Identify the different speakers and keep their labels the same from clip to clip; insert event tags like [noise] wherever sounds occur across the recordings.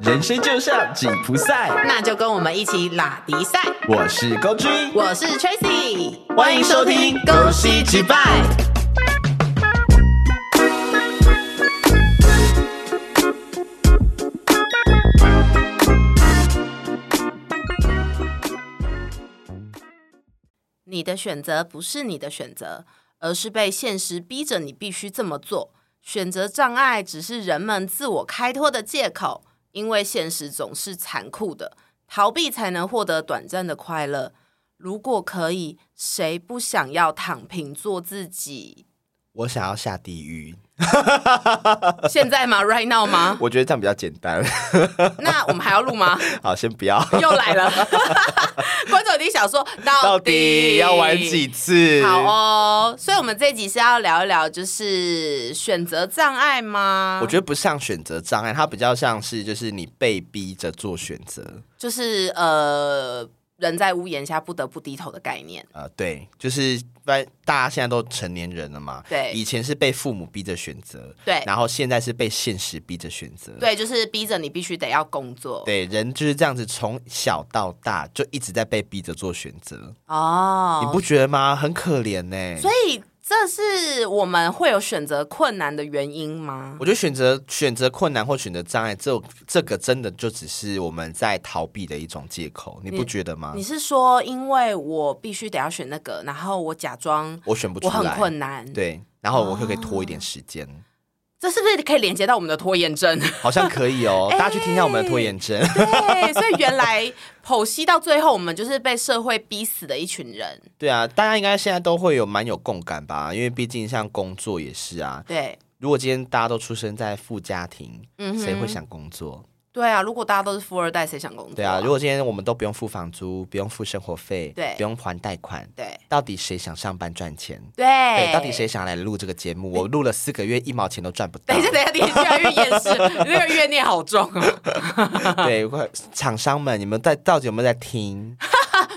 Speaker 1: 人生就像紧箍赛。
Speaker 2: 那就跟我们一起拉迪赛。
Speaker 1: 我是高君，
Speaker 2: 我是 Tracy，
Speaker 1: 欢迎收听《
Speaker 2: 恭
Speaker 1: 恭
Speaker 2: 喜
Speaker 1: 喜击
Speaker 2: 击
Speaker 1: 败
Speaker 2: 败》。》。你的选择不是你的选择，而是被现实逼着你必须这么做。选择障碍只是人们自我开脱的借口，因为现实总是残酷的，逃避才能获得短暂的快乐。如果可以，谁不想要躺平做自己？
Speaker 1: 我想要下地狱，
Speaker 2: 现在吗？Right now [laughs] 吗？
Speaker 1: 我觉得这样比较简单。 [laughs]
Speaker 2: 那我们还要录吗？
Speaker 1: 好，先不要，
Speaker 2: [laughs] 又
Speaker 1: [laughs]
Speaker 2: 来了，观众一定想说
Speaker 1: 到
Speaker 2: 到
Speaker 1: 底要玩几次？
Speaker 2: 好哦，所以我们这集是要聊一聊，就是选择障碍吗？
Speaker 1: 我觉得不像选择障碍，它比较像是就是你被逼着做选择。
Speaker 2: 就是呃，人在屋檐下不得不低头的概念。
Speaker 1: 呃，对，就是大大家现在都成年人了嘛，
Speaker 2: 对
Speaker 1: 以前是被父母逼着选择，
Speaker 2: 对
Speaker 1: 然后现在是被现实逼着选择，
Speaker 2: 对，就是逼着你必须得要工作。
Speaker 1: 嗯对，人就是这样子，从小到大就一直在被逼着做选择，
Speaker 2: 哦，
Speaker 1: 你不觉得吗？很可怜呢、
Speaker 2: 所以这是我们会有选择困难的原因吗？
Speaker 1: 我觉得选择选择困难或选择障碍，这这个真的就只是我们在逃避的一种借口，你不觉得吗
Speaker 2: 你？是说，因为我必须得要选那个，然后我假装
Speaker 1: 我选不出
Speaker 2: 我
Speaker 1: 来，
Speaker 2: 很困难，，哦
Speaker 1: 对，然后我就可以拖一点时间，
Speaker 2: 这是不是可以连接到我们的拖延症？
Speaker 1: 好像可以
Speaker 2: [laughs]
Speaker 1: 哦。大家去听一下我们的拖
Speaker 2: 哎
Speaker 1: 延症， [laughs]
Speaker 2: 对，所以原来剖析到最后，我们就是被社会逼死的一群人。
Speaker 1: 对啊，大家应该现在都会有蛮有共感吧，因为毕竟像工作也是啊。
Speaker 2: 对，
Speaker 1: 如果今天大家都出生在富家庭，
Speaker 2: 嗯哼
Speaker 1: 谁会想工作？
Speaker 2: 对啊，如果大家都是富二代，谁想工作、
Speaker 1: 对啊，如果今天我们都不用付房租，不用付生活费，
Speaker 2: 对
Speaker 1: 不用还贷款，
Speaker 2: 对
Speaker 1: 到底谁想上班赚钱？
Speaker 2: 对
Speaker 1: 对，到底谁想来录这个节目？我录了四个月，一毛钱都赚不到
Speaker 2: 哎等一。下，等一下，你越来越厌世，你那个怨
Speaker 1: [laughs]
Speaker 2: 念好重啊！
Speaker 1: 对，快厂商们，你们在到底有没有在
Speaker 2: [laughs]
Speaker 1: 听？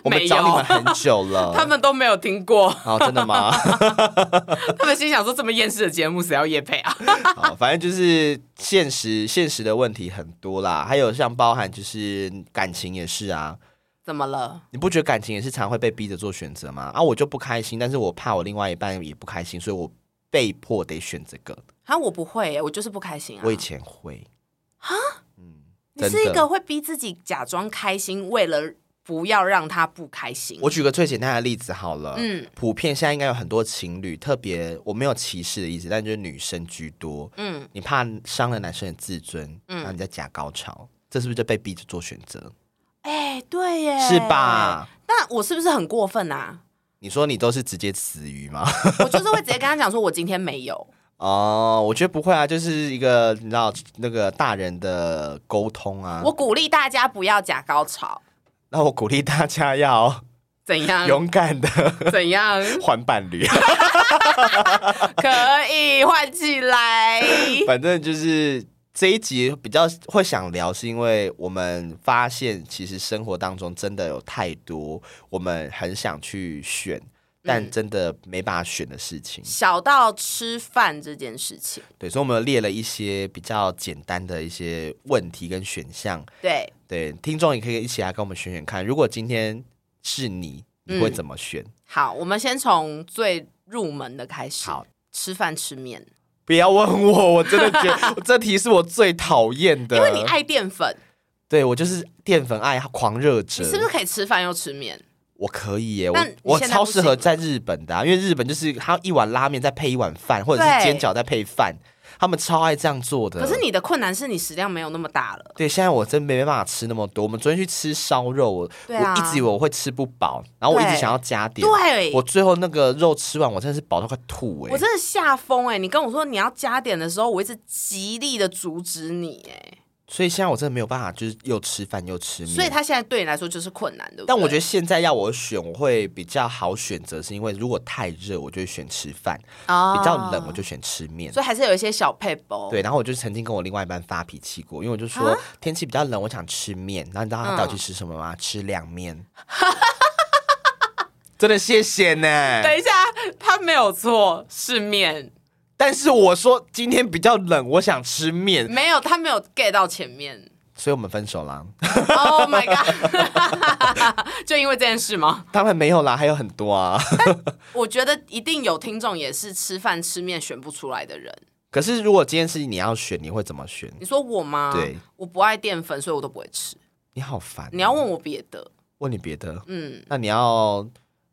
Speaker 1: 我们
Speaker 2: 没有
Speaker 1: 找你们很久了。 [laughs]
Speaker 2: 他们都没有听过，
Speaker 1: 哦，真的
Speaker 2: [laughs]
Speaker 1: 吗？
Speaker 2: 他们心想说这么厌世的节目，谁要夜配啊？ [laughs]
Speaker 1: 好，反正就是现实，现实的问题很多啦。还有像包含就是感情也是啊，
Speaker 2: 怎么了？
Speaker 1: 你不觉得感情也是常会被逼着做选择吗？啊，我就不开心，但是我怕我另外一半也不开心，所以我被迫得选这个。
Speaker 2: 啊，我不会耶，我就是不开心啊
Speaker 1: 我。以前会啊，
Speaker 2: 你
Speaker 1: 嗯，
Speaker 2: 是
Speaker 1: 真
Speaker 2: 一
Speaker 1: 的
Speaker 2: 个。会逼自己假装开心，为了不要让他不开心。
Speaker 1: 我举个最简单的例子好了，嗯
Speaker 2: 嗯，
Speaker 1: 普遍现在应该有很多情侣，特别我没有歧视的意思，但就是女生居多。
Speaker 2: 嗯，
Speaker 1: 你怕伤了男生的自尊，然后你在假高潮，这是不是就被逼着做选择？
Speaker 2: 哎、对耶，
Speaker 1: 是？吧？
Speaker 2: 那我是不是很过分啊？
Speaker 1: 你说你都是直接死鱼吗？ [laughs]
Speaker 2: [laughs] 我就是会直接跟他讲说，我今天没有。
Speaker 1: 哦，我觉得不会啊，就是一个你知道那个大人的沟通啊。
Speaker 2: 我鼓励大家不要假高潮，
Speaker 1: 那我鼓励大家要
Speaker 2: 怎样？
Speaker 1: 勇敢的
Speaker 2: 怎样？
Speaker 1: [laughs] 换伴侣，
Speaker 2: 可以换起来。
Speaker 1: 反正就是。这一集比较会想聊，是因为我们发现，其实生活当中真的有太多我们很想去选，
Speaker 2: 嗯
Speaker 1: 但真的没办法选的事情。
Speaker 2: 小到吃饭这件事情，
Speaker 1: 对，所以我们列了一些比较简单的一些问题跟选项，
Speaker 2: 对，
Speaker 1: 对，听众也可以一起来跟我们选选看。如果今天是你，你会
Speaker 2: 嗯
Speaker 1: 怎么选？
Speaker 2: 好，我们先从最入门的开始。
Speaker 1: 好，
Speaker 2: 吃饭吃面，
Speaker 1: 不要问我，我真的觉得 [laughs] 这题是我最讨厌的。
Speaker 2: 因为你爱淀粉，
Speaker 1: 对我就是淀粉爱狂热者。
Speaker 2: 你是不是可以吃饭又吃面？
Speaker 1: 我可以耶，我
Speaker 2: 那你
Speaker 1: 我
Speaker 2: 现在
Speaker 1: 超
Speaker 2: 不
Speaker 1: 适合
Speaker 2: 行
Speaker 1: 在日本的、啊，因为日本就是它一碗拉面再配一碗饭，或者是
Speaker 2: 对
Speaker 1: 煎饺再配饭，他们超爱这样做的。
Speaker 2: 可是你的困难是你食量没有那么大了。
Speaker 1: 对，现在我真没办法吃那么多。我们昨天去吃烧肉，我、
Speaker 2: 对啊
Speaker 1: 我一直以为我会吃不饱，然后我一直
Speaker 2: 对
Speaker 1: 想要加点。
Speaker 2: 对
Speaker 1: 我最后那个肉吃完，我真的是饱到快吐哎、
Speaker 2: 我真的吓疯哎！你跟我说你要加点的时候，我一直极力的阻止你哎，
Speaker 1: 所以现在我真的没有办法，就是又吃饭又吃面。
Speaker 2: 所以他现在对你来说就是困难，对不对？
Speaker 1: 嗯但我觉
Speaker 2: 得
Speaker 1: 得现在要我选，我会比较好选择，是因为如果太热，我就会选吃饭；比较冷，我就选吃面。
Speaker 2: 哦所以还是有一些小配包。
Speaker 1: 对，然后我就曾经跟我另外一半发脾气过，因为我就说
Speaker 2: 啊
Speaker 1: 天气比较冷，我想吃面。然后你知道他带我
Speaker 2: 嗯
Speaker 1: 去吃什么吗？吃凉面。 [laughs] 真的谢谢呢。
Speaker 2: 等一下，他没有错，是面，
Speaker 1: 但是我说今天比较冷，我想吃面，
Speaker 2: 没有他没有 get 到前面。
Speaker 1: 所以我们分手啦。 [laughs]
Speaker 2: Oh my god！就因 [laughs] 为这件事吗？
Speaker 1: 当然没有啦，还有很多啊。
Speaker 2: 我觉得一定有听众也是吃饭吃面选不出来的人。
Speaker 1: 可是如果今天是你要选，你会怎么选？
Speaker 2: 你说我吗？
Speaker 1: 对，
Speaker 2: 我不爱淀粉，所以我都不会吃。
Speaker 1: 你好烦哦、
Speaker 2: 你要问我别的，
Speaker 1: 问你别的，
Speaker 2: 嗯
Speaker 1: 那你要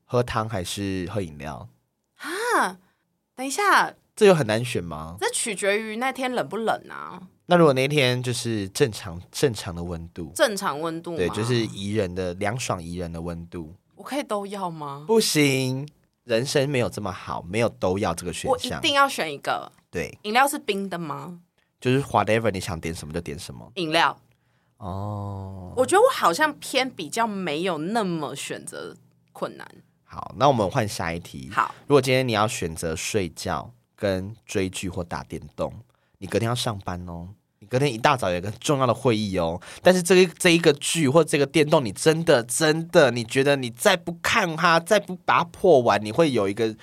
Speaker 1: 喝汤还是喝饮料？
Speaker 2: 啊，等一下，
Speaker 1: 这又很难选吗？
Speaker 2: 这取决于那天冷不冷啊，
Speaker 1: 那如果那天就是正常正常的温度，
Speaker 2: 正常温度吗
Speaker 1: 对，就是宜人的凉爽宜人的温度，
Speaker 2: 我可以都要吗？
Speaker 1: 不行，人生没有这么好，没有都要这个选
Speaker 2: 我一
Speaker 1: 项
Speaker 2: 定。要选一个。
Speaker 1: 对，
Speaker 2: 饮料是冰的吗？
Speaker 1: 就是 whatever 你想点什么就点什么。
Speaker 2: 饮料，
Speaker 1: 哦，
Speaker 2: 我觉得我好像偏比较没有那么选择困难。
Speaker 1: 好，那我们换下一题。
Speaker 2: 好，
Speaker 1: 如果今天你要选择睡觉、跟追剧或打电动，你隔天要上班哦。你隔天一大早有一个重要的会议哦，但是这个这一个剧或这个电动，你真的真的，你觉得你再不看它，再不把它破完，你会有一个，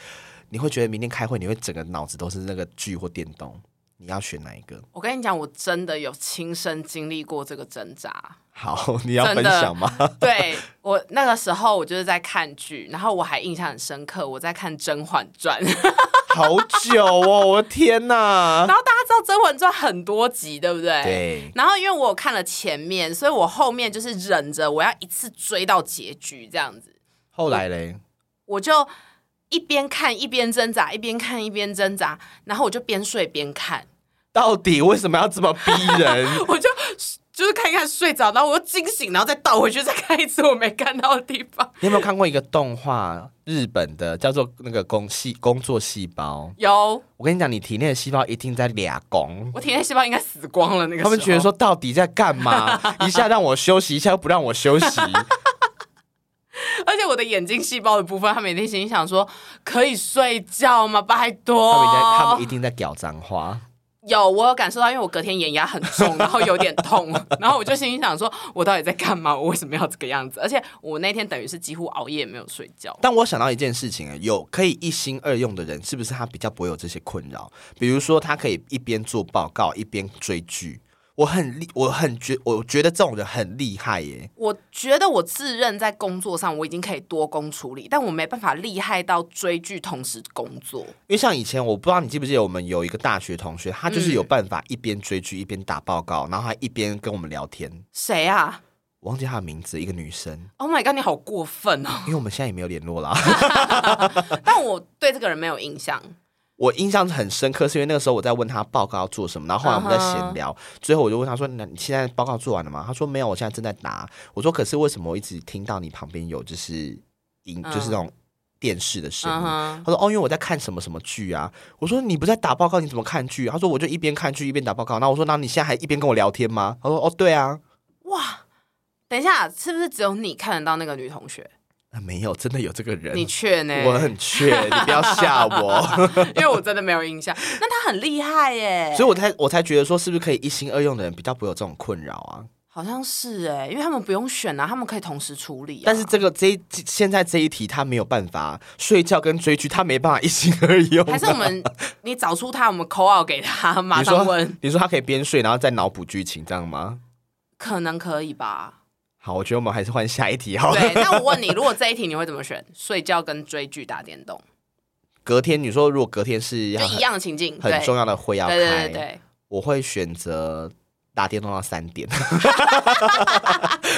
Speaker 1: 你会觉得明天开会，你会整个脑子都是那个剧或电动。你要选哪一个？
Speaker 2: 我跟你讲，我真的有亲身经历过这个挣扎。
Speaker 1: 好， [laughs] 你要
Speaker 2: 真
Speaker 1: 分
Speaker 2: 的
Speaker 1: 享吗？ [laughs]
Speaker 2: 对我那个时候，我就是在看剧，然后我还印象很深刻，我在看《甄嬛传》， [laughs]
Speaker 1: 好久哦，我的天哪！
Speaker 2: 然后大家知道《甄嬛传》很多集，对不对？
Speaker 1: 对，
Speaker 2: 然后因为我有看了前面，所以我后面就是忍着，我要一次追到结局这样子，
Speaker 1: 后来嘞，
Speaker 2: 我就一边看一边挣扎，一边看一边挣扎，然后我就边睡边看，
Speaker 1: 到底为什么要这么逼人？
Speaker 2: 我就就是看一看睡着，然后我又惊醒，然后再倒回去再看一次我没看到的地方。
Speaker 1: 你有没有看过一个动画，日本的叫做那个工细工作细胞？
Speaker 2: 有，
Speaker 1: 我跟你讲，你体内的细胞一定在俩工。
Speaker 2: 我体内细胞应该死光了那个时
Speaker 1: 他
Speaker 2: 候。
Speaker 1: 们觉得说到底在干嘛？一下让我休息，一下又不让我休息。
Speaker 2: 而且我的眼睛细胞的部分，他每天心里想说：可以睡觉吗？拜
Speaker 1: 他
Speaker 2: 托。
Speaker 1: 们在他们一定在屌脏话。
Speaker 2: 有我有感受到，因为我隔天眼压很重，然后有点
Speaker 1: [laughs]
Speaker 2: 痛，然后我就心里想说：我到底在干嘛？我为什么要这个样子？而且我那天等于是几乎熬夜没有睡觉。
Speaker 1: 但我想到一件事情，有可以一心二用的人，是不是他比较不会有这些困扰？比如说，他可以一边做报告一边追剧。我很厉，我很觉，我觉得这种人很厉害耶。
Speaker 2: 我觉得我自认在工作上我已经可以多工处理，但我没办法厉害到追剧同时工作。
Speaker 1: 因为像以前，我不知道你记不记得，我们有一个大学同学，他就是有办法一边追剧一边打报告，然后还一边跟我们聊天。
Speaker 2: 谁啊
Speaker 1: 我忘记她的名字，一个女生，
Speaker 2: ？Oh my god！你好过
Speaker 1: [laughs]
Speaker 2: 分哦！
Speaker 1: 因为我们现在也没有联络啦。 [laughs]
Speaker 2: 但我对这个人没有印象。
Speaker 1: 我印象很深刻，是因为那个时候我在问她报告要做什么，然后后来我们在闲聊最后我就问她说：“那你现在报告做完了吗？”她说：“没有，我现在正在打。”我说：“可是为什么我一直听到你旁边有就是音，
Speaker 2: 嗯
Speaker 1: 就是那种电视的声音？”
Speaker 2: 嗯哼，
Speaker 1: 他说：“哦，因为我在看什么什么剧啊。”我说：“你不在打报告，你怎么看剧？”啊他说：“我就一边看剧一边打报告。”那我说：“那你现在还一边跟我聊天吗？”他说：“哦，对啊。
Speaker 2: 哇！等一下，是不是只有你看得到那个女同学？
Speaker 1: 啊”没有，真的有这个人，
Speaker 2: 你确呢？
Speaker 1: 我很缺，你不要吓我。
Speaker 2: [laughs] 因为我真的没有印象。那他很厉害耶，
Speaker 1: 所以我才我才觉得说，是不是可以一心二用的人比较不会有这种困扰啊？
Speaker 2: 好像是哎，因为他们不用选啊，他们可以同时处理、啊。
Speaker 1: 但是这个这一现在这一题他没有办法，睡觉跟追剧他没办法一心二用、
Speaker 2: 还是我们，你找出他，我们口号给他，马
Speaker 1: 你
Speaker 2: 上
Speaker 1: 说
Speaker 2: 问，
Speaker 1: 你说他可以边睡然后再脑补剧情这样吗？
Speaker 2: 可能可以吧？
Speaker 1: 好，我觉得我们还是换下一题好了。
Speaker 2: 对，那我问你，如果这一题你会怎么选？ [laughs] 睡觉跟追剧、打电动，
Speaker 1: 隔天你说如果隔天是
Speaker 2: 就
Speaker 1: 要
Speaker 2: 一样的情境，
Speaker 1: 很
Speaker 2: 对
Speaker 1: 很重要的会要开，
Speaker 2: 对对对对，
Speaker 1: 我会选择打电动到三
Speaker 2: [laughs]
Speaker 1: 点，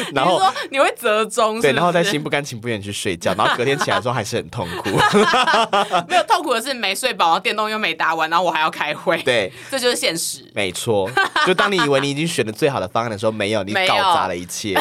Speaker 2: 你
Speaker 1: 然
Speaker 2: 是
Speaker 1: 后
Speaker 2: 说你会折中是不是，
Speaker 1: 对，然后再心不甘情不愿去睡觉，然后隔天起来的时候还是很痛
Speaker 2: [laughs]
Speaker 1: 苦。
Speaker 2: 没有痛苦的是没睡饱，然后电动又没打完，然后我还要开会，，
Speaker 1: 对，
Speaker 2: 这就是现实。 [laughs]
Speaker 1: 没错，就当你以为你已经选了最好的方案的时候，没有，你
Speaker 2: 没有
Speaker 1: 搞砸了一切。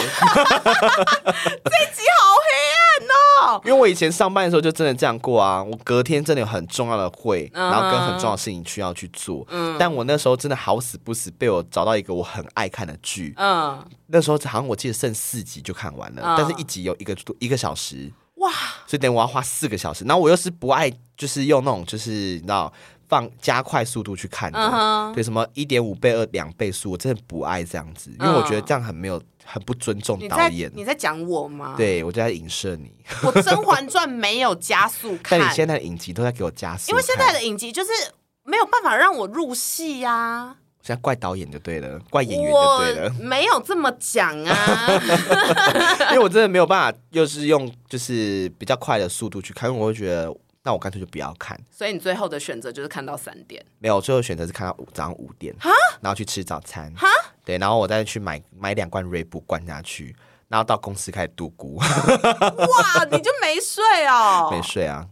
Speaker 2: 自己好黑暗哦。
Speaker 1: 因为我以前上班的时候就真的这样过啊，我隔天真的有很重要的会，
Speaker 2: 嗯哼嗯
Speaker 1: 然后跟很重要的事情需要去做。但我那时候真的好死不死被我找到一个我很爱看的剧，
Speaker 2: 嗯，
Speaker 1: 那时候好像我记得剩四集就看完了，
Speaker 2: 嗯
Speaker 1: 但是一集有一个一个小时。
Speaker 2: 哇，
Speaker 1: 所以等于我要花四个小时。然后我又是不爱，就是用那种就是你知道放加快速度去看的
Speaker 2: 嗯哼
Speaker 1: 对什么一点五倍、二两倍速，我真的不爱这样子，因为我觉得这样很没有、很不尊重
Speaker 2: 你
Speaker 1: 导
Speaker 2: 在
Speaker 1: 演。
Speaker 2: 嗯你在讲我吗？，
Speaker 1: 对我就在影射
Speaker 2: [sighs]
Speaker 1: 你，
Speaker 2: [laughs] 我《甄嬛传》没有加速看
Speaker 1: 但你，现在的影集都在给我加速看，
Speaker 2: 因为现在的影集就是没有办法让我入戏呀、啊
Speaker 1: 现在怪导演就对了，怪演员就
Speaker 2: 我
Speaker 1: 对了，
Speaker 2: 没有这么讲啊，
Speaker 1: [laughs] 因为我真的没有办法，又是用就是比较快的速度去看，因为我会觉得，那我干脆就不要看。
Speaker 2: 所以你最后的选择就是看到三点。
Speaker 1: 没有，最后选择是看到五早上五点，然后去吃早餐，对，然后我再去买买两罐瑞布灌下去，然后到公司开始度孤，
Speaker 2: 哦哇，你就没睡哦？
Speaker 1: [laughs] 没睡啊。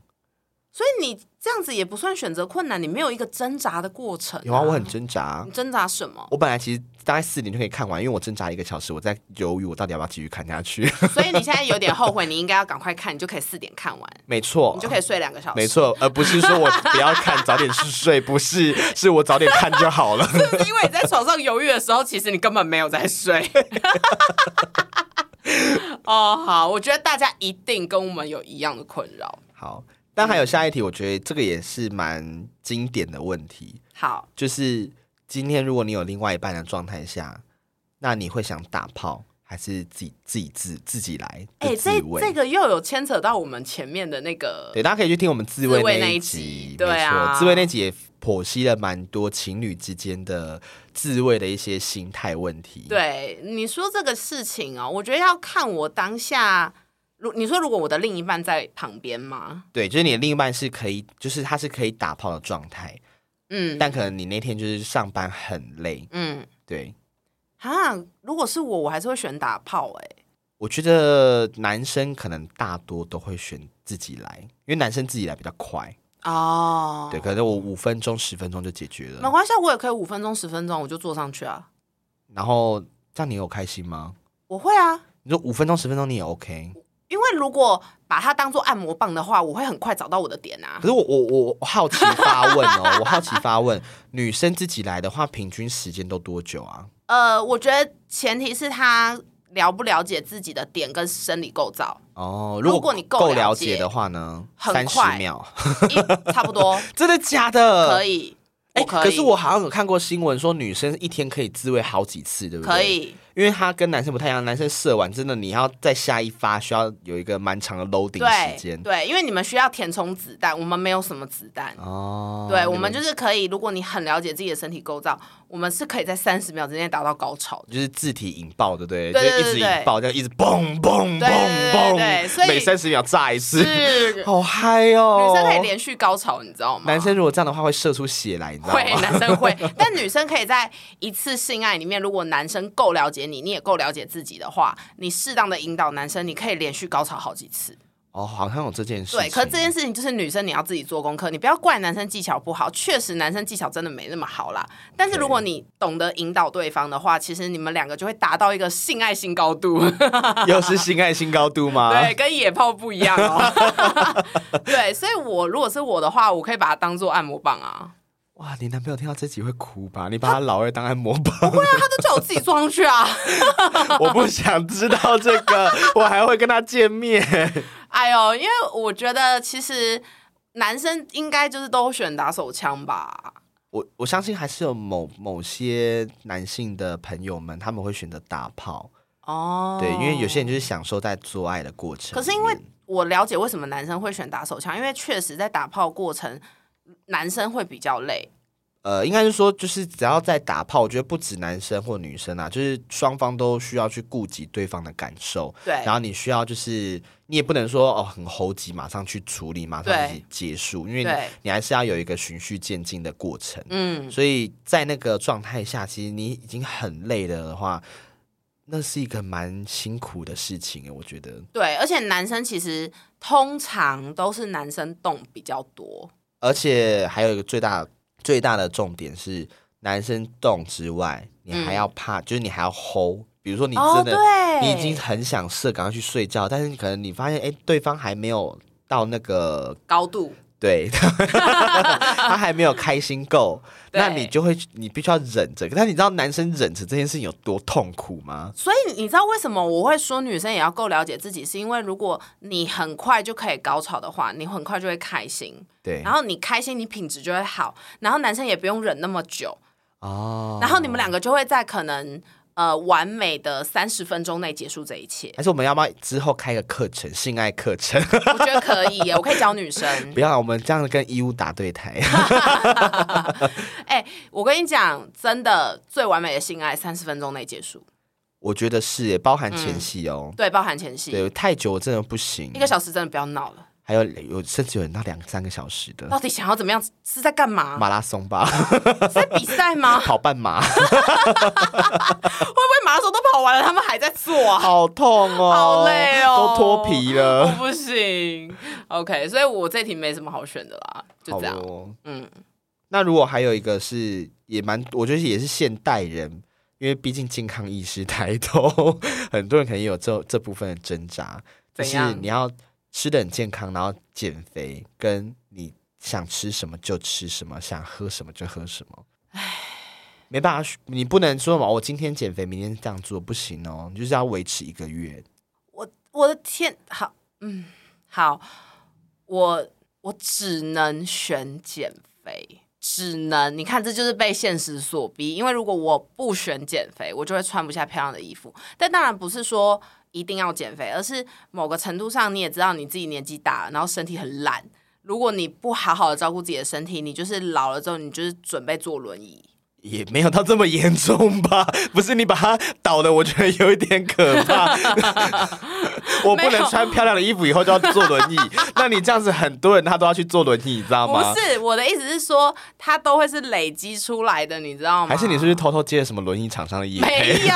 Speaker 2: 所以你这样子也不算选择困难，你没有一个挣扎的过程、
Speaker 1: 有啊，我很挣扎啊
Speaker 2: 你。挣扎什么？
Speaker 1: 我本来其实大概四点就可以看完，因为我挣扎一个小时，我在犹豫我到底要不要继续看下去。 [laughs]
Speaker 2: 所以你现在有点后悔，你应该要赶快看，你就可以四点看完，
Speaker 1: 没错
Speaker 2: 你，就可以睡两个小时。
Speaker 1: 没，错，而不是说我不要看，早点去睡，不是，是我早点看就好了。 [laughs]
Speaker 2: 因为你在床上犹豫的时候，其实你根本没有
Speaker 1: [laughs]
Speaker 2: 在睡。哦，好，我觉得大家一定跟我们有一样的困扰。
Speaker 1: 好，但还有下一题，我觉得这个也是蛮经典的问题，
Speaker 2: 好，
Speaker 1: 就是今天如果你有另外一半的状态下，那你会想打炮还是自己自己自自己来
Speaker 2: 哎、
Speaker 1: 的自
Speaker 2: 这
Speaker 1: 慰？
Speaker 2: 这个又有牵扯到我们前面的那个，
Speaker 1: 对，大家可以去听我们自慰
Speaker 2: 自慰
Speaker 1: 那
Speaker 2: 那一集
Speaker 1: 集，
Speaker 2: 对啊
Speaker 1: 没错，自慰那集也剖析了蛮多情侣之间的自慰的一些心态问题。，
Speaker 2: 对你说这个事情哦，我觉得要看我当下。如你说，如果我的另一半在旁边吗？
Speaker 1: 对，就是你的另一半是可以，就是他是可以打炮的状态，
Speaker 2: 嗯
Speaker 1: 但可能你那天就是上班很累。
Speaker 2: 嗯，
Speaker 1: 对，
Speaker 2: 哈，如果是我，我还是会选打炮哎、
Speaker 1: 我觉得男生可能大多都会选自己来，因为男生自己来比较快。
Speaker 2: 哦，
Speaker 1: 对，可能我五分钟、十分钟就解决
Speaker 2: 没
Speaker 1: 了。
Speaker 2: 关系啊，我也可以五分钟、十分钟，我就坐上去啊。
Speaker 1: 然后这样你有开心吗？
Speaker 2: 我会啊，
Speaker 1: 你说五分钟、十分钟你也 OK，
Speaker 2: 因为如果把它当做按摩棒的话，我会很快找到我的点啊
Speaker 1: 可。是我我我我好奇发问
Speaker 2: [laughs]
Speaker 1: 哦，我好奇发问，女生自己来的话，平均时间都多久啊？
Speaker 2: 呃，我觉得前提是他了不了解自己的点跟生理构
Speaker 1: [laughs]
Speaker 2: 造，
Speaker 1: 哦，
Speaker 2: 如
Speaker 1: 如
Speaker 2: 果
Speaker 1: 果
Speaker 2: 你够
Speaker 1: 够
Speaker 2: 了
Speaker 1: 了
Speaker 2: 解
Speaker 1: 解的话呢，
Speaker 2: 很
Speaker 1: 三十
Speaker 2: 快
Speaker 1: 秒， [laughs]
Speaker 2: 一差不多
Speaker 1: 真的假的？
Speaker 2: 可。以。
Speaker 1: 哎、
Speaker 2: 我可以，
Speaker 1: 可是我好像有看过新闻说，女生一天可以自慰好几次，对不对？
Speaker 2: 可，以，
Speaker 1: 因为她跟男生不太一样，男生射完真的你要再下一发，需要有一个蛮长的 loading 时
Speaker 2: 对
Speaker 1: 间。
Speaker 2: 对，因为你们需要填充子弹，我们没有什么子弹。
Speaker 1: 哦，
Speaker 2: 对，我
Speaker 1: 你
Speaker 2: 们就是可以，如果你很了解自己的身体构造，我们是可以在三十秒之内达到高潮
Speaker 1: [laughs]
Speaker 2: 的。
Speaker 1: 就是字体引爆，对不对？
Speaker 2: 对对
Speaker 1: 就
Speaker 2: 对
Speaker 1: 一直
Speaker 2: 对
Speaker 1: 引爆，这样一直嘣嘣
Speaker 2: 对
Speaker 1: 嘣
Speaker 2: 对对对所以
Speaker 1: 嘣，每三十秒炸一次，[laughs]
Speaker 2: 是，
Speaker 1: 好嗨
Speaker 2: 女
Speaker 1: 哦！
Speaker 2: 生可以连续高潮，你知道吗？
Speaker 1: 男生如果这样的话会射出血来，你知道
Speaker 2: 会，
Speaker 1: 吗？
Speaker 2: 男生会， [laughs] 但女生可以在一次性爱里面，如果男生够了解你，你也够了解自己的话，你适当的引导男生，你可以连续高潮好几次。
Speaker 1: 哦，好像有这件事情。
Speaker 2: 对，可是这件事情就是女生你要自己做功课，你不要怪男生技巧不好，确实男生技巧真的没那么好啦。但是如果你懂得引导对方的话，其实你们两个就会达到一个性爱新高度。
Speaker 1: 又是性爱新高度吗？
Speaker 2: [laughs] 对，跟野炮不一样哦。 [laughs] 对，所以我如果是我的话，我可以把它当做按摩棒啊。
Speaker 1: [laughs] [laughs] 哇，你男朋友听到这集会哭吧？你把他老二当按摩棒， [laughs]
Speaker 2: 他都叫我自己装上去啊。
Speaker 1: 我不想知道这
Speaker 2: [laughs]
Speaker 1: 个，我还会跟他见面。
Speaker 2: 哎呦，因为我觉得其实男生应该就是都选打手枪吧。
Speaker 1: 我我相信还是有某某些男性的朋友们，他们会选择打炮，
Speaker 2: 哦，
Speaker 1: 对，因为有些人就是享受在做爱的过程里面。
Speaker 2: 可是因为我了解为什么男生会选打手枪，因为确实在打炮过程，男生会比较累。
Speaker 1: 呃，应该是说，就是只要在打炮，我觉得不止男生或女生啊，就是双方都需要去顾及对方的感受，
Speaker 2: 对
Speaker 1: 然后你需要就是你也不能说哦很猴急，马上去处理，马上去结束，因为
Speaker 2: 对
Speaker 1: 你你还是要有一个循序渐进的过程。
Speaker 2: 嗯，
Speaker 1: 所以在那个状态下，其实你已经很累了的话，那是一个蛮辛苦的事情，欸我觉得。
Speaker 2: 对，而且男生其实通常都是男生动比较多。
Speaker 1: 而且还有一个最大最大的重点是，男生动之外，你还要怕，就是你还要 hold。比如说你
Speaker 2: 嗯哦，
Speaker 1: 真的、
Speaker 2: 对，
Speaker 1: 你已经很想射，赶快去睡觉，但是可能你发现，哎、对方还没有到那个
Speaker 2: 高度，
Speaker 1: 对， [laughs] 他还没有开心够，
Speaker 2: 对
Speaker 1: 那你就会你必须要忍着。但你知道男生忍着这件事情有多痛苦吗？
Speaker 2: 所以你知道为什么我会说女生也要够了解自己，是因为如果你很快就可以高潮的话，你很快就会开心，
Speaker 1: 对
Speaker 2: 然，后你开心，你品质就会好，然后男生也不用忍那么久，
Speaker 1: 哦，。
Speaker 2: 然后你们两个就会在可能呃完美的三十分钟内结束这一切
Speaker 1: [laughs] 还是我们要不要之后开个课程，性爱课程？ [laughs]
Speaker 2: 我觉得可以耶，我可以教女生。
Speaker 1: 不要，我们这样跟义乌打对台。
Speaker 2: 哎、我跟你讲，真的最完美的性爱三十分钟内结束，
Speaker 1: 我觉得是耶，包含
Speaker 2: 嗯
Speaker 1: 前戏哦。
Speaker 2: 对，包含前戏，
Speaker 1: 对，太久我真的不行
Speaker 2: 一。个小时真的不要闹了。
Speaker 1: 还有有甚至有人到两三个小时的
Speaker 2: 到底想要怎么样？是在干嘛？
Speaker 1: 嗯 [laughs] 马拉松吧，
Speaker 2: [laughs] 是在比赛
Speaker 1: [laughs]
Speaker 2: 吗？会
Speaker 1: 跑半马，
Speaker 2: 不会马拉松都跑完了，他们还在做啊？
Speaker 1: 好痛哦，
Speaker 2: 好累哦
Speaker 1: 都脱皮
Speaker 2: 我
Speaker 1: 了。
Speaker 2: 不行。OK，所以我这题没什么好选的啦，就这样。
Speaker 1: 好哦
Speaker 2: 嗯，
Speaker 1: 那如果还有一个是也蛮，我觉得也是现代人，因为毕竟健康意识抬头， [laughs] 很多人可能也有这这部分的挣扎，就
Speaker 2: 怎
Speaker 1: 是
Speaker 2: 样
Speaker 1: 你要吃的很健康，然后减肥，跟你想吃什么就吃什么，想喝什么就喝什么。没办法，你不能说嘛，哦我今天减肥，明天这样做不行哦，你就是要维持一个月。
Speaker 2: 我我的天，好，嗯，好，我我只能选减肥。只能你看，这就是被现实所逼。因为如果我不选减肥，我就会穿不下漂亮的衣服。但当然不是说一定要减肥，而是某个程度上你也知道你自己年纪大了，然后身体很懒。如果你不好好的照顾自己的身体，你就是老了之后，你就是准备坐轮椅。
Speaker 1: 也没有到这么严重吧？ [laughs] 不是你把它倒的，我觉得有一点可
Speaker 2: [laughs]
Speaker 1: 怕。我不
Speaker 2: 没
Speaker 1: 能
Speaker 2: 有
Speaker 1: 穿漂亮的衣服以后就要坐轮椅， [laughs] 那你这样子很多人他都要去坐轮椅，你知道吗
Speaker 2: 不？是我的意思是说，它都会是累积出来的，你知道吗？
Speaker 1: 还是你是不是偷偷接了什么轮椅厂商的业配？
Speaker 2: 没有，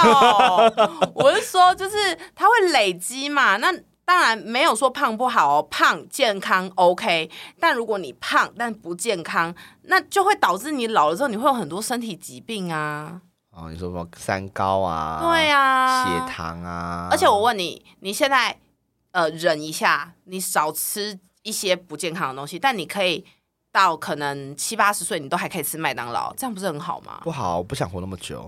Speaker 2: 我是说，就是它会累积嘛。那当然没有说胖不好哦，胖健康 OK。但如果你胖但不健康，那就会导致你老了之后你会有很多身体疾病啊。
Speaker 1: 哦，你说什么三高啊？
Speaker 2: 对、啊，
Speaker 1: 血。糖啊。
Speaker 2: 而且我问你，你现在呃忍一下，你少吃一些不健康的东西，但你可以到可能七八十岁，你都还可以吃麦当劳，这样不是很好吗？
Speaker 1: 不好，我不想活那么久。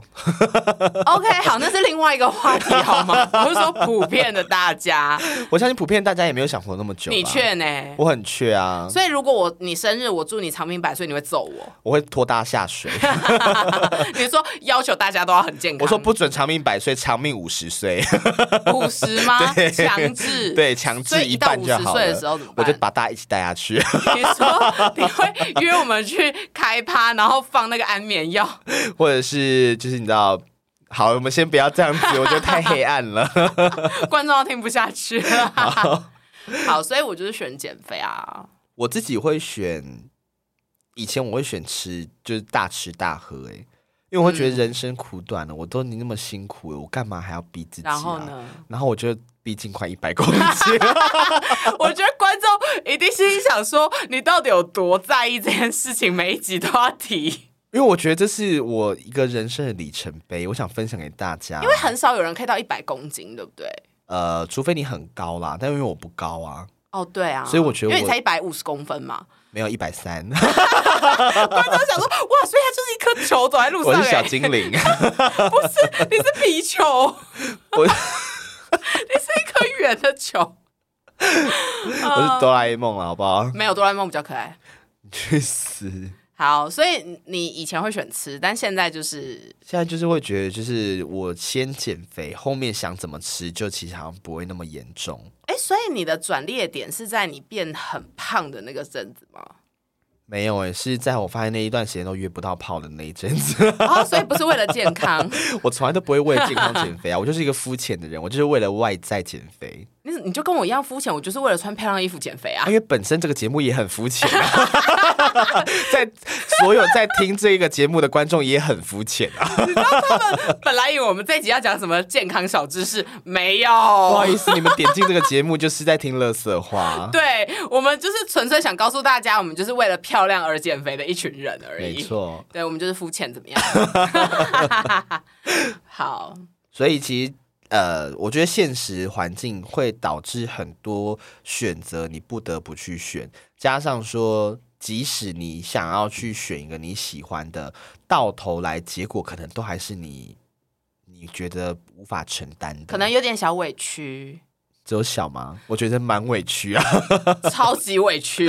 Speaker 2: OK，好，那是另外一个话题，好吗？ [laughs] 我是说普遍的大家，
Speaker 1: 我相信普遍大家也没有想活那么久。
Speaker 2: 你
Speaker 1: 缺？
Speaker 2: 确呢？
Speaker 1: 我很缺啊，
Speaker 2: 所以如果我你生日，我祝你长命百岁，你会揍我？ [laughs]
Speaker 1: 我会拖大家下水。
Speaker 2: 你说要求大家都要很健康？
Speaker 1: 我说不准长命百岁，长命五十岁。
Speaker 2: 五十
Speaker 1: [laughs]
Speaker 2: 吗？
Speaker 1: 对
Speaker 2: 强制
Speaker 1: 对，强
Speaker 2: 所
Speaker 1: 制
Speaker 2: 以一到
Speaker 1: 半
Speaker 2: 五
Speaker 1: 就
Speaker 2: 十
Speaker 1: 好
Speaker 2: 岁
Speaker 1: 了。
Speaker 2: 的时候怎么
Speaker 1: 我
Speaker 2: 办？
Speaker 1: 就把大家一起带下去。
Speaker 2: [laughs]
Speaker 1: [laughs]
Speaker 2: 你说你会约我们去开趴，然后放那个安眠药？ [laughs]
Speaker 1: 或者是就是你知道，好，我们先不要这样
Speaker 2: [laughs]
Speaker 1: 子，我觉得太黑暗了。 [laughs]
Speaker 2: 观众要听不下去了。 [laughs] 好，所以我就是选减肥啊。
Speaker 1: 我自己会选，以前我会选吃，就是大吃大喝、欸，因为我会觉得人生苦短了，我都你那么辛苦了，我干嘛还要逼自己、啊？
Speaker 2: 然后？呢，
Speaker 1: 然后我就逼近快一百公斤， [laughs]
Speaker 2: 我觉得观众一定心里想说，你到底有多在意这件事情，每一集都要提， [laughs]
Speaker 1: 因为我觉得这是我一个人生的里程碑，我想分享给大家。因
Speaker 2: 因为很少有人可以到一百公斤，对不对？
Speaker 1: 呃，除非你很高啦，但因为我不高啊，
Speaker 2: 哦，对啊，
Speaker 1: 所以我觉得
Speaker 2: 因为
Speaker 1: 我
Speaker 2: 你才一百五十公分嘛，
Speaker 1: 没有一百
Speaker 2: [laughs]
Speaker 1: 三，
Speaker 2: 观众想说，哇，所以他就是一颗球走在路
Speaker 1: 我
Speaker 2: 上、
Speaker 1: 是小
Speaker 2: 欸，
Speaker 1: 精灵。
Speaker 2: 不是，你是皮球，
Speaker 1: [laughs] 我
Speaker 2: 你是一颗圆的球，
Speaker 1: [laughs] 我是哆啦 A 梦了，好不好？ [laughs]
Speaker 2: 没有哆啦 A 梦比较可爱。
Speaker 1: 你去死！
Speaker 2: 好，所以你以前会选吃，但现在就是
Speaker 1: 现在就是会觉得，就是我先减肥，后面想怎么吃，就其实好像不会那么严重。
Speaker 2: 哎，所以你的转捩点是在你变很胖的那个阵子吗？
Speaker 1: 没有诶、欸是在我发现那一段时间都约不到炮的那一阵子， [laughs]
Speaker 2: 哦，所以不是为了健康，
Speaker 1: 我从来都不会为了健康减肥啊，我就是一个肤浅的人，我就是为了外在减肥，
Speaker 2: 你你就跟我一样肤浅，我就是为了穿漂亮衣服减肥啊
Speaker 1: 啊、因。为本身这个节目也很肤浅、啊， [laughs] 在所有在听这个节目的观众也很肤浅啊，
Speaker 2: 本来以为我们这一集要讲什么健康小知识，没有，
Speaker 1: 不好意思，你们点进这个节目就是在听乐色话，
Speaker 2: [laughs] 对我们就是纯粹想告诉大家，我们就是为了漂亮而减肥的一群人而
Speaker 1: 没
Speaker 2: 已。
Speaker 1: 错。
Speaker 2: 对，我们就是肤浅，怎么样？ [laughs] 好，
Speaker 1: 所以其实呃，我觉得现实环境会导致很多选择，你不得不去选。加上说，即使你想要去选一个你喜欢的，到头来结果可能都还是你你觉得无法承担的。 [laughs]
Speaker 2: 可能有点小委屈，
Speaker 1: 只有小吗？我觉得蛮委屈啊，
Speaker 2: 超级
Speaker 1: [laughs]
Speaker 2: 委屈。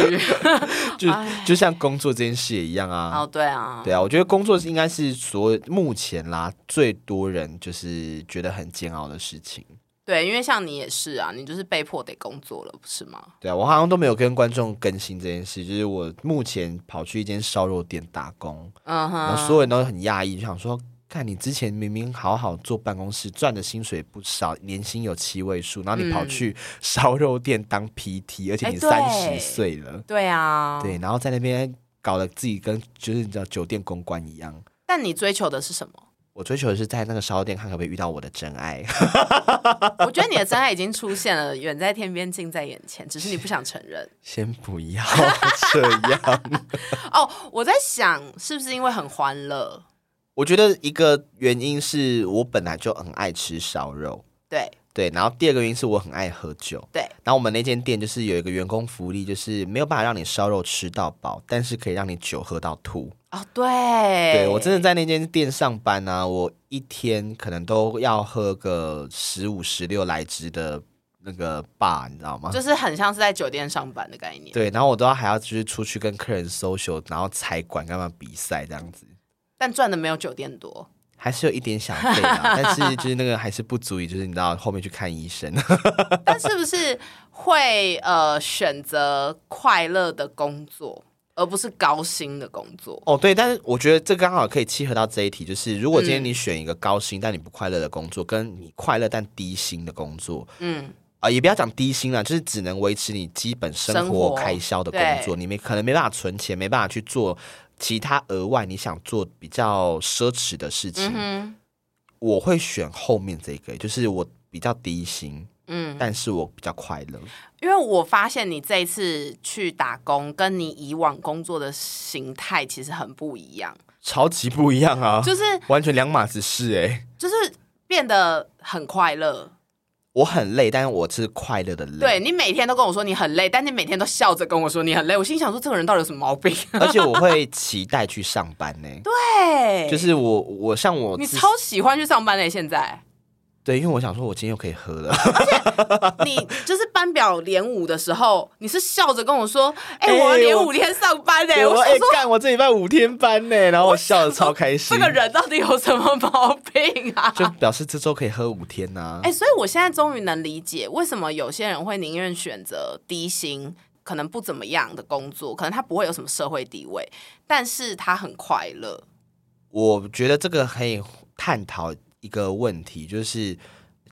Speaker 1: 就就像工作这件事也一样啊。
Speaker 2: 哦，对啊，
Speaker 1: 对啊，我觉得工作是应该是所有目前啦最多人就是觉得很煎熬的事情。
Speaker 2: 对，因为像你也是啊，你就是被迫得工作了，不是吗？
Speaker 1: 对啊，我好像都没有跟观众更新这件事，就是我目前跑去一间烧肉店打工，
Speaker 2: 嗯
Speaker 1: 然后
Speaker 2: 哼，
Speaker 1: 所有人都很讶异，就想说。看你之前明明好好坐办公室，赚的薪水不少，年薪有七位数，然后你跑去烧肉店当 PT，、而且
Speaker 2: 哎
Speaker 1: 你
Speaker 2: 对
Speaker 1: 三十岁了，
Speaker 2: 对啊，
Speaker 1: 对，然后在那边搞得自己跟就是你知道酒店公关一样。
Speaker 2: 但你追求的是什么？
Speaker 1: 我追求的是在那个烧肉店看可不可以遇到我的真爱。 [laughs]
Speaker 2: 我觉得你的真爱已经出现了，远在天边，近在眼前，只是你不想承
Speaker 1: [laughs]
Speaker 2: 认。
Speaker 1: 先不要这
Speaker 2: [laughs]
Speaker 1: 样。
Speaker 2: 哦，我在想是不是因为很欢乐？
Speaker 1: 我觉得一个原因是我本来就很爱吃烧肉，
Speaker 2: 对
Speaker 1: 对，然后第二个原因是我很爱喝酒。
Speaker 2: 对，
Speaker 1: 然后我们那间店就是有一个员工福利，就是没有办法让你烧肉吃到饱，但是可以让你酒喝到吐。
Speaker 2: 哦对，
Speaker 1: 对我真的在那间店上班啊，我一天可能都要喝个十五、十六来支的那个 bar，你知道吗？
Speaker 2: 就是很像是在酒店上班的概念。
Speaker 1: 对，然后我都要还要就是出去跟客人 social，然后才管干嘛比赛这样子，
Speaker 2: 但赚的没有酒店多。
Speaker 1: 还是有一点小费啊，但是就是那个还是不足以，就是你知道后面去看医生。
Speaker 2: 但是不是会呃选择快乐的工作，而不是高薪的工作？
Speaker 1: 哦，对，但是我觉得这刚好可以契合到这一题，就是如果
Speaker 2: 嗯
Speaker 1: 今天你选一个高薪但你不快乐的工作，跟你快乐但低薪的工作，
Speaker 2: 嗯，
Speaker 1: 啊、也不要讲低薪啦，就是只能维持你基本生
Speaker 2: 生
Speaker 1: 活
Speaker 2: 活
Speaker 1: 开销的工作，你没可能没办法存钱，没办法去做其他额外你想做比较奢侈的事情。
Speaker 2: 嗯
Speaker 1: 我会选后面这个，就是我比较低薪，
Speaker 2: 嗯，
Speaker 1: 但是我比较快乐。
Speaker 2: 因为我发现你这一次去打工，跟你以往工作的形态其实很不一样，
Speaker 1: 超级不一样啊，
Speaker 2: 就是
Speaker 1: 完全两码子事哎、
Speaker 2: 就是变得很快乐。
Speaker 1: 我很累，但是我是快乐的累。
Speaker 2: 对你每天都跟我说你很累，但你每天都笑着跟我说你很累，我心想说这个人到底有什么毛病？ [laughs]
Speaker 1: 而且我会期待去上班呢、
Speaker 2: 对，
Speaker 1: 就是我我像我
Speaker 2: 你
Speaker 1: 自
Speaker 2: 超喜欢去上班嘞、欸现在
Speaker 1: 对，因为我想说，我今天又可以喝了。
Speaker 2: 你就是班表连舞的时候，你是笑着跟我说，哎、
Speaker 1: 哎
Speaker 2: 我要连
Speaker 1: 我
Speaker 2: 五天上班嘞、
Speaker 1: 对，
Speaker 2: 我
Speaker 1: [laughs] 我
Speaker 2: 想
Speaker 1: 哎
Speaker 2: 说
Speaker 1: 干、我这礼拜五天班
Speaker 2: [laughs]
Speaker 1: 呢、然后我笑的超开心。
Speaker 2: 这个人到底有什么毛病啊？
Speaker 1: 就表示这周可以喝五天呐、
Speaker 2: 哎、所以我现在终于能理解为什么有些人会宁愿选择低薪，可能不怎么样的工作，可能他不会有什么社会地位，但是他很快乐。
Speaker 1: 我觉得这个可以探讨一个问题，就是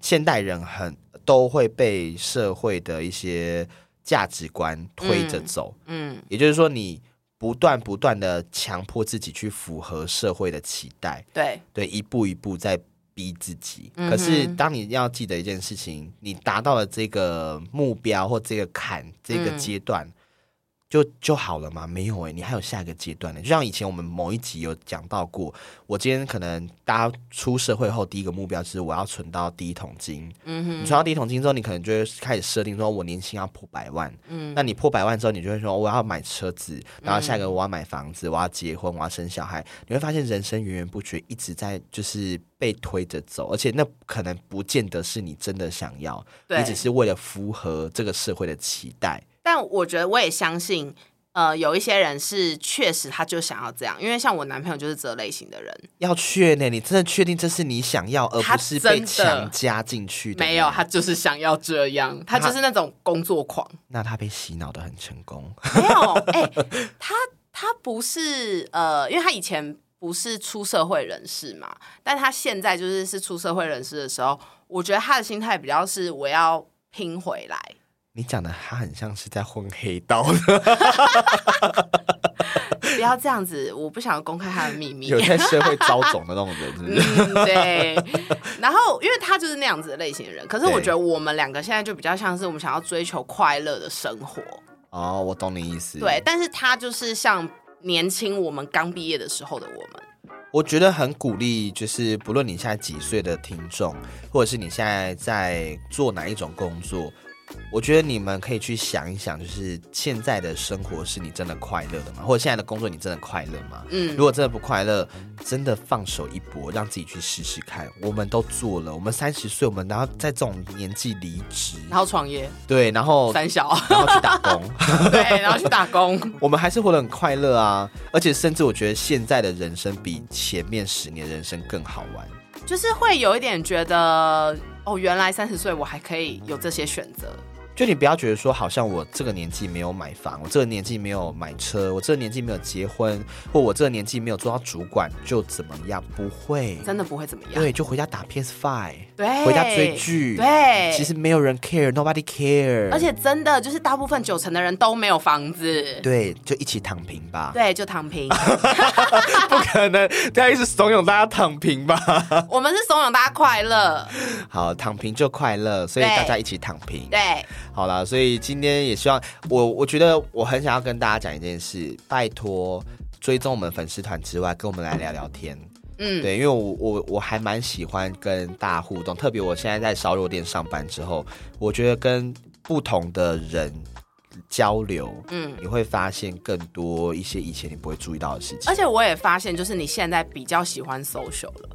Speaker 1: 现代人很都会被社会的一些价值观推着走，
Speaker 2: 嗯
Speaker 1: 也就是说，你不断不断的强迫自己去符合社会的期待，
Speaker 2: 对，
Speaker 1: 对，一步一步在逼自己。
Speaker 2: 嗯哼
Speaker 1: 可是当你要记得一件事情，你达到了这个目标或这个坎、这
Speaker 2: 嗯
Speaker 1: 个阶段，就就好了嘛？没有欸诶，你还有下一个阶段呢。就像以前我们某一集有讲到过，我今天可能大家出社会后第一个目标就是我要存到第一桶金。
Speaker 2: 嗯
Speaker 1: 你
Speaker 2: 哼，
Speaker 1: 存到第一桶金之后，你可能就会开始设定说，我年薪要破百万。
Speaker 2: 嗯
Speaker 1: 那你破百万之后，你就会说我要买车子，然后下一个我要买房子，我要结婚，我要生小孩。你会发现人生源源不绝，一直在就是被推着走，而且那可能不见得是你真的想要，
Speaker 2: 对
Speaker 1: 你只是为了符合这个社会的期待。
Speaker 2: 但我觉得我也相信，呃，有一些人是确实他就想要这样，因为像我男朋友就是这类型的人，
Speaker 1: 要确呢，你真的确定这是你想要，而
Speaker 2: 他
Speaker 1: 不是被
Speaker 2: 真的
Speaker 1: 强加进去的吗
Speaker 2: 没有，他就是想要这样，他就是那种工作狂。
Speaker 1: 那他被洗脑的很成功。 [laughs]
Speaker 2: 没有，哎、他他不是呃，因为他以前不是出社会人士嘛，但他现在就是是出社会人士的时候，我觉得他的心态比较是我要拼回来，
Speaker 1: 你讲的他很像是在混黑道的，
Speaker 2: 不要这样子，我不想要公开他的秘密
Speaker 1: 有。在社会招总的那种人，是不是？
Speaker 2: [laughs] 嗯，对。然后，因为他就是那样子的类型的人，可是我
Speaker 1: 对
Speaker 2: 觉得我们两个现在就比较像是我们想要追求快乐的生活，
Speaker 1: 哦，我懂你意思。
Speaker 2: 对。但是他就是像年轻我们刚毕业的时候的我们，
Speaker 1: 我觉得很鼓励，就是不论你现在几岁的听众，或者是你现在在做哪一种工作，我觉得你们可以去想一想，就是现在的生活是你真的快乐的吗？或者现在的工作你真的快乐吗？
Speaker 2: 嗯
Speaker 1: 如果真的不快乐，真的放手一搏，让自己去试试看。我们都做了，我们三十岁，我们然后在这种年纪离职，
Speaker 2: 然后创业
Speaker 1: 对，然后
Speaker 2: 三小， [laughs]
Speaker 1: 然后去打工，
Speaker 2: 对，然后去打工，
Speaker 1: 我们还是活得很快乐啊！而且甚至我觉得现在的人生比前面十年的人生更好玩。
Speaker 2: [laughs] 就是会有一点觉得，哦，原来三十岁我还可以有这些选择，
Speaker 1: 就你不要觉得说，好像我这个年纪没有买房，我这个年纪没有买车，我这个年纪没有结婚，或我这个年纪没有做到主管就怎么样？不会，
Speaker 2: 真的不会怎么样。
Speaker 1: 对，就回家打 PS Five，
Speaker 2: 对，
Speaker 1: 回家追剧，
Speaker 2: 对，
Speaker 1: 其实没有人 care，nobody care，
Speaker 2: 而且真的就是大部分九成的人都没有房子，
Speaker 1: 对，就一起躺平吧。
Speaker 2: 对，就躺平。 [laughs]
Speaker 1: 不可能，他一直怂恿大家躺平吧。
Speaker 2: 我们是怂恿大家快乐，
Speaker 1: 好，躺平就快乐，所以
Speaker 2: 对
Speaker 1: 大家一起躺平。
Speaker 2: [laughs] 对，
Speaker 1: 好啦，所以今天也希望我，我觉得我很想要跟大家讲一件事，拜托追踪我们粉丝团之外，跟我们来聊聊天。
Speaker 2: 嗯，
Speaker 1: 对，因为我我我还蛮喜欢跟大家互动，特别我现在在烧肉店上班之后，我觉得跟不同的人交流，
Speaker 2: 嗯
Speaker 1: 你会发现更多一些以前你不会注意到的事情
Speaker 2: 而。且我也发现，就是你现在比较喜欢 social 了，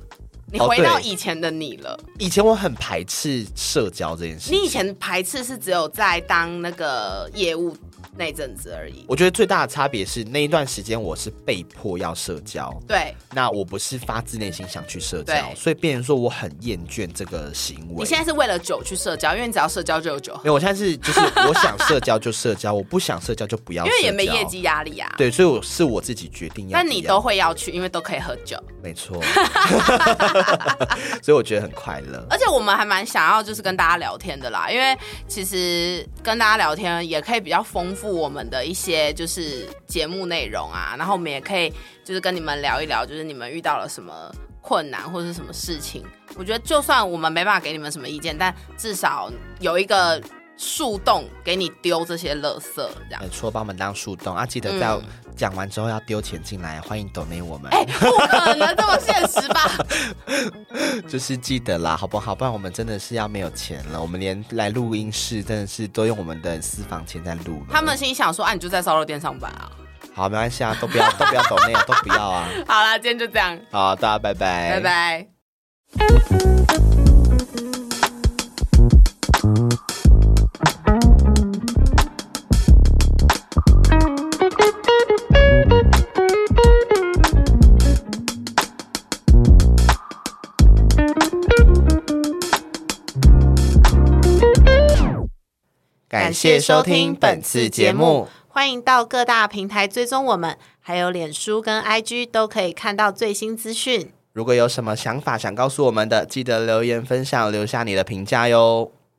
Speaker 2: 你
Speaker 1: 哦
Speaker 2: 回到
Speaker 1: 对
Speaker 2: 以前的你了。
Speaker 1: 以前我很排斥社交这件事情，
Speaker 2: 你以前排斥是只有在当那个业务那阵子而已。
Speaker 1: 我觉得最大的差别是那一段时间我是被迫要社交，
Speaker 2: 对
Speaker 1: 那我不是发自内心想去社交，
Speaker 2: 对
Speaker 1: 所以变成说我很厌倦这个行
Speaker 2: 你
Speaker 1: 为。
Speaker 2: 现在是为了酒去社交，因为你只要社交就有酒喝
Speaker 1: 没，有，我现在是就是我想社交就社交，我不想社交就不要
Speaker 2: 因
Speaker 1: 社交，
Speaker 2: 为也没业。绩压力啊。
Speaker 1: 对，啊所以我是我自己决定要不要。
Speaker 2: 但你都会要去，因为都可以喝酒。
Speaker 1: 没错，
Speaker 2: [laughs]
Speaker 1: 所以我觉得很快乐。
Speaker 2: 而且我们还蛮想要就是跟大家聊天的啦，因为其实跟大家聊天也可以比较丰富我们的一些就是节目内容啊，然后我们也可以就是跟你们聊一聊，就是你们遇到了什么困难或者是什么事情。我觉得就算我们没办法给你们什么意见，但至少有一个树洞给你丢这些垃圾，这
Speaker 1: [laughs]
Speaker 2: 样
Speaker 1: 没。错，帮我们当树洞啊！记得在
Speaker 2: 嗯
Speaker 1: 讲完之后要丢钱进来，欢迎抖内我们，
Speaker 2: 哎、不可能这么现实吧？
Speaker 1: 就是记得啦，好不好？不然我们真的是要没有钱了，我们连来录音室真的是都用我们的私房钱在录了。
Speaker 2: 他们心里想说，啊，你就在烧肉店上班啊。
Speaker 1: 好，没关系啊，都不要，都不要抖内，都不要啊！
Speaker 2: 好啦，今天就这样，
Speaker 1: 好，大家拜拜，
Speaker 2: 拜拜。
Speaker 1: 感谢收听本次节目，，
Speaker 2: 欢迎到各大平台追踪我们，还有脸书跟 IG 都可以看到最新资讯。
Speaker 1: 如果有什么想法想告诉我们的，记得留言分享，留下你的评价哟。